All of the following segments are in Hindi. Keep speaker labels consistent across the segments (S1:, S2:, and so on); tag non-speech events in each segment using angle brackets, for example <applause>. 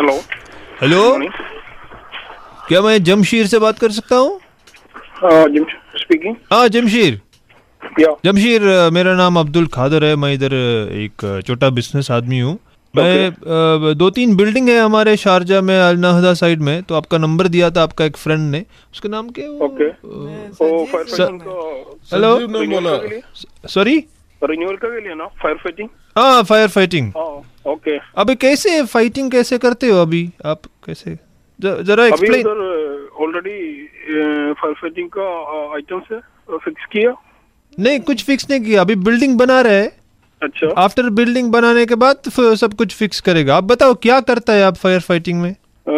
S1: हेलो
S2: हेलो क्या मैं जमशीर से बात कर सकता हूँ
S1: जिम स्पीकिंग
S2: हाँ जमशीर
S1: या
S2: जमशीर अ, मेरा नाम अब्दुल खादर है मैं इधर अ, एक अ, छोटा बिजनेस आदमी हूँ मैं अ, दो तीन बिल्डिंग है हमारे शारजा में अलनाहदा साइड में तो आपका नंबर दिया था आपका एक फ्रेंड ने उसका नाम क्या है वो?
S1: ओके ओ फायर फाइटिंग का
S2: हेलो
S3: नहीं बोला
S1: के लिए
S2: सॉरी
S1: रिन्यूअल का के लिए ना फायर फाइटिंग
S2: हाँ फायर फाइटिंग
S1: हाँ ओके
S2: अभी कैसे फाइटिंग कैसे करते हो अभी आप कैसे ज- जरा
S1: अभी
S2: एक्सप्लेन
S1: उधर ऑलरेडी फायर फाइटिंग का आइटम से फिक्स किया
S2: नहीं कुछ फिक्स नहीं किया अभी बिल्डिंग बना रहे हैं
S1: अच्छा
S2: आफ्टर बिल्डिंग बनाने के बाद फिर सब कुछ फिक्स करेगा आप बताओ क्या करता है आप फायर फाइटिंग में
S1: अ,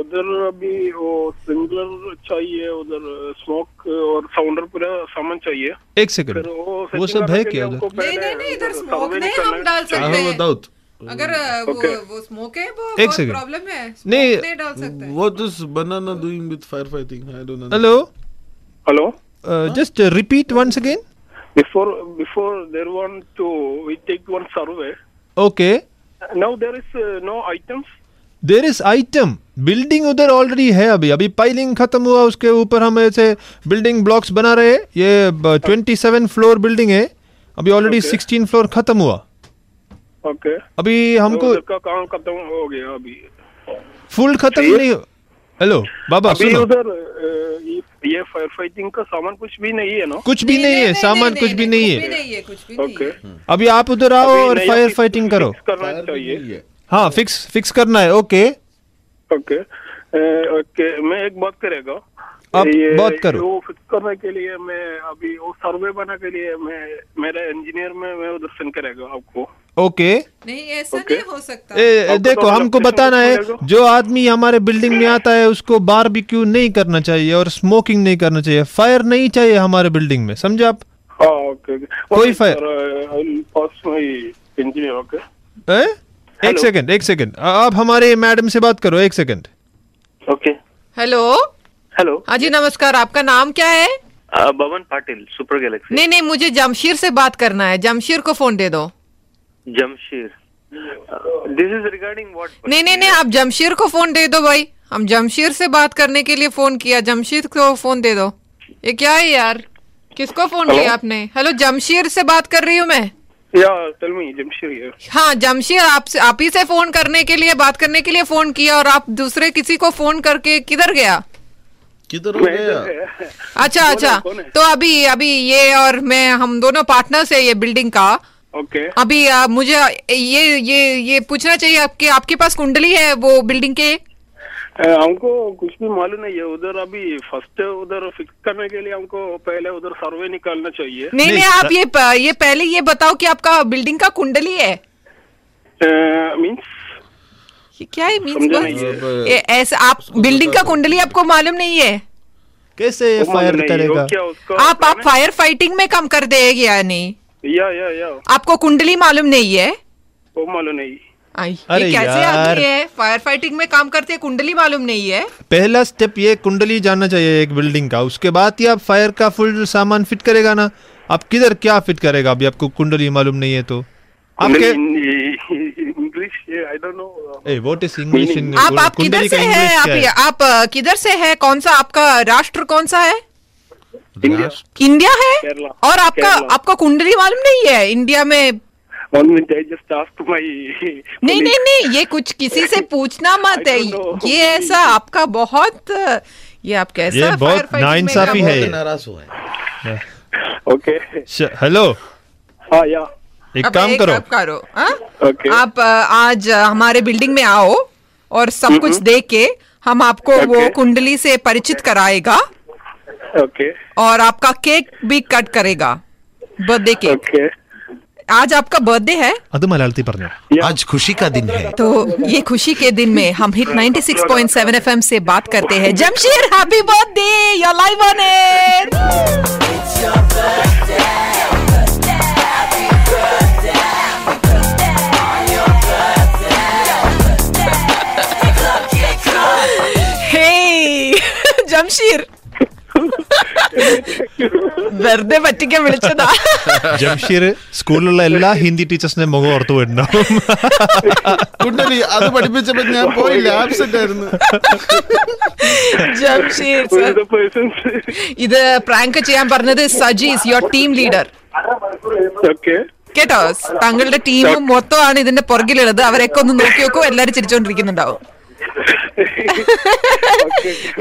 S1: उधर अभी वो सिंगलर चाहिए उधर स्मोक और साउंडर पूरा सामान चाहिए फिर
S2: एक सेकंड
S1: वो
S2: वो
S1: oh, setting
S2: सब
S1: करने
S2: है
S1: के
S2: क्या
S1: लिए
S2: उधर?
S1: हमको पहले मतलब
S4: नहीं नहीं नहीं इधर
S1: उधर
S4: स्मोक
S1: survey
S4: नहीं हम
S1: करना है।
S2: हाँ,
S4: डाल
S3: I
S4: सकते
S3: have a
S4: हैं
S3: doubt.
S4: अगर अ,
S1: Okay.
S4: वो वो स्मोक है वो
S2: एक
S4: बहुत
S2: second.
S4: प्रॉब्लम है Smoke
S2: नहीं,
S4: नहीं डाल सकते
S3: What is banana doing with firefighting? I don't know.
S2: Hello
S1: hello
S2: Uh,
S1: हाँ?
S2: Just repeat once again
S1: Before before there want to we take one survey.
S2: Okay
S1: Now there is uh, no items.
S2: There is item building उधर ऑलरेडी है अभी अभी पाइलिंग खत्म हुआ उसके ऊपर हम ऐसे बिल्डिंग ब्लॉक्स बना रहे हैं ये uh, twenty seven floor building है अभी ऑलरेडी
S1: हाँ। Okay.
S2: सिक्सटीन फ्लोर खत्म हुआ
S1: Okay.
S2: अभी हमको
S1: उधर का काम खत्म हो गया अभी
S2: हाँ, फुल खत्म
S1: चाहिए?
S2: नहीं हेलो बाबा
S1: अभी
S2: सुनो
S1: उधर uh, ये- ये फायर फाइटिंग का सामान कुछ भी नहीं है ना
S2: कुछ भी नहीं है सामान कुछ भी नहीं
S4: कुछ भी
S2: है
S4: नहीं है कुछ भी नहीं
S1: Okay.
S4: है
S2: अभी आप उधर आओ
S1: अभी
S2: और
S1: नया
S2: फायर
S1: fix-
S2: फाइटिंग करो
S1: fix करना चाहिए
S2: हाँ फिक्स फिक्स करना है ओके
S1: ओके ओके Uh, मैं एक बात करेगा
S2: आप
S1: ये-
S2: बात करो।
S1: वो फिक्स करने के लिए मैं अभी वो सर्वे बना के लिए मैं मेरा इंजीनियर में मैं उधर सेंड करेगा आपको
S2: ओके
S4: नहीं ऐसा
S1: Okay.
S4: नहीं हो सकता
S2: ए, ए,
S1: आपको
S2: देखो
S1: तो
S2: हमको
S1: location
S2: बताना है
S1: मिलेगा।
S2: जो आदमी हमारे बिल्डिंग में आता है उसको बारबेक्यू नहीं करना चाहिए और स्मोकिंग नहीं करना चाहिए फायर नहीं चाहिए हमारे बिल्डिंग में समझे आप
S1: हाँ ओके
S2: कोई fire-
S1: uh, pass my engineer okay
S2: ए? एक
S1: Hello.
S2: सेकंड एक सेकंड आप हमारे मैडम से बात करो एक सेकंड
S5: ओके
S4: हेलो
S5: हेलो
S4: हाँ जी नमस्कार आपका नाम क्या है
S5: अ, बबन पाटिल सुपर गैलेक्सी
S4: नहीं नहीं मुझे जमशीर से बात करना है जमशीर को फोन दे दो
S5: Jamshed this is regarding what
S4: नहीं नहीं नहीं आप जमशीर को फोन दे दो भाई हम जमशीर से बात करने के लिए फोन किया जमशीर को फोन दे दो ये क्या है यार किसको फोन किया आपने हेलो जमशीर से बात कर रही हूँ मैं
S1: yeah tell me Jamshed here
S4: हाँ जमशीर आपसे आप ही से फोन करने के लिए बात करने के लिए फोन किया और आप दूसरे किसी को फोन करके किधर गया
S3: किधर हो गया
S1: <laughs>
S4: अच्छा
S1: कौन है,
S4: अच्छा
S1: कौन है?
S4: तो अभी अभी ये और मैं हम दोनों पार्टनर्स है ये बिल्डिंग का
S1: ओके
S4: अभी आ, मुझे ये ये ये पूछना चाहिए आपके आपके पास कुंडली है वो बिल्डिंग के
S1: हमको कुछ भी मालूम नहीं है उधर अभी फर्स्ट उधर फिक्स करने के लिए हमको पहले उधर सर्वे निकालना चाहिए
S4: नहीं नहीं आप ये प- ये पहले ये बताओ कि आपका बिल्डिंग का कुंडली है
S1: मींस
S4: ये क्या है
S1: समझा नहीं
S4: मीन्स
S1: है।
S3: अब,
S4: ये ऐसा आप बिल्डिंग का कुंडली आपको मालूम नहीं है
S2: कैसे
S1: वो मालूम
S2: फायर
S1: नहीं है,
S2: करेगा
S1: वो क्या उसका
S4: आप आप
S1: plan है?
S4: फायर फाइटिंग में कम कर देगी या नहीं
S1: या या या
S4: आपको कुंडली मालूम नहीं है
S1: वो मालूम नहीं
S4: आई,
S2: अरे
S4: ये कैसे
S2: यार।
S4: आदमी है फायर फाइटिंग में काम करते हैं कुंडली मालूम नहीं है
S2: पहला स्टेप ये कुंडली जानना चाहिए एक बिल्डिंग का उसके बाद ही आप फायर का फुल सामान फिट करेगा ना आप किधर क्या फिट करेगा अभी आपको कुंडली मालूम नहीं है तो आपके
S1: <laughs> English I don't know
S2: A what is English in
S4: आप आप किधर से है आप आप अ, किधर से है कौन सा आपका राष्ट्र कौन सा है
S3: राष्ट्र-
S4: इंडिया है
S1: केरला।
S4: और आपका
S1: केरला।
S4: आपका कुंडली मालूम नहीं है इंडिया में
S1: one minute I just ask my
S4: <laughs> नहीं नहीं नहीं ये कुछ किसी से
S1: <laughs>
S4: पूछना मत
S1: I
S4: है
S1: don't know.
S4: ये ऐसा आपका बहुत अ, ये आप कैसा
S2: ये बहुत
S4: firefighting में
S2: नाइंसाफी
S4: काम
S2: है।
S4: करते
S3: नाराज हुआ है
S1: ओके
S2: हेलो
S1: हां या
S2: एक
S4: अब
S2: काम करो
S4: आप करो हाँ?
S1: Ah, Okay.
S4: आप अ, आज अ, हमारे बिल्डिंग में आओ और सब कुछ देख के हम आपको वो
S1: हम्म, Okay.
S4: कुंडली से परिचित कराएगा
S1: ओके
S4: और आपका केक भी कट करेगा बर्थडे केक
S1: ओके
S4: आज आपका बर्थडे है
S2: അത് മലയാളത്തിൽ പറഞ്ഞു
S6: आज खुशी का दिन है
S4: तो ये खुशी के दिन में हम हिट 96.7 एफएम से बात करते हैं Jamshed happy birthday you're live on air hey Jamshed വെറുതെ പറ്റിക്കാൻ വിളിച്ചതാ
S2: ജംഷീർ സ്കൂളിലുള്ള എല്ലാ ഹിന്ദി ടീച്ചേഴ്സിനെ മുഖം ഓർത്തു പോയിട്ടുണ്ടാവും
S3: കുട്ടരി അത് പഠിപ്പിച്ചപ്പോ ഞാൻ പോയില്ല ആബ്സെന്റ് ആയിരുന്നു
S4: ജംഷീർ sir.
S1: the persons.
S4: ഇത് പ്രാങ്ക് ചെയ്യാൻ പറഞ്ഞത് Sajees your team leader
S1: <laughs> okay.
S4: കേട്ടോ താങ്കളുടെ ടീം മൊത്തമാണ് ഇതിന്റെ പുറകിലുള്ളത് അവരൊക്കെ ഒന്ന് നോക്കി നോക്കൂ എല്ലാരും ചിരിച്ചോണ്ടിരിക്കുന്നുണ്ടാവും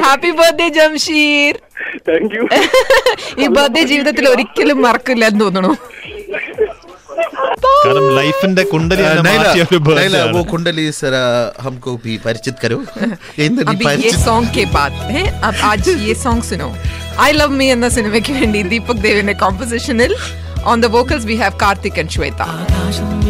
S4: happy birthday Jamsheer
S1: Thank you.
S4: <laughs> ഈ ബർത്ത്ഡേ ജീവിതത്തിൽ ഒരിക്കലും മറക്കില്ല എന്ന് തോന്നുന്നു
S2: കാരണം ലൈഫിന്റെ കുണ്ടലി തന്നെ മാറ്റിയ ഒരു birthday ആണ്.
S3: वो कुंडली सरा हमको भी परिचित करो इंद्र
S4: അപ്പൊ ഈ സോങ് കെ ബാത് ഹേ, അബ് ആജ് ഈ സോങ് സുനോ ഐ ലവ് മീ എന്ന സിനിമയ്ക്ക് വേണ്ടി ദീപക് ദേവിന്റെ കോമ്പോസിഷനിൽ on the vocals we have Karthik and Shweta
S6: ആകാശം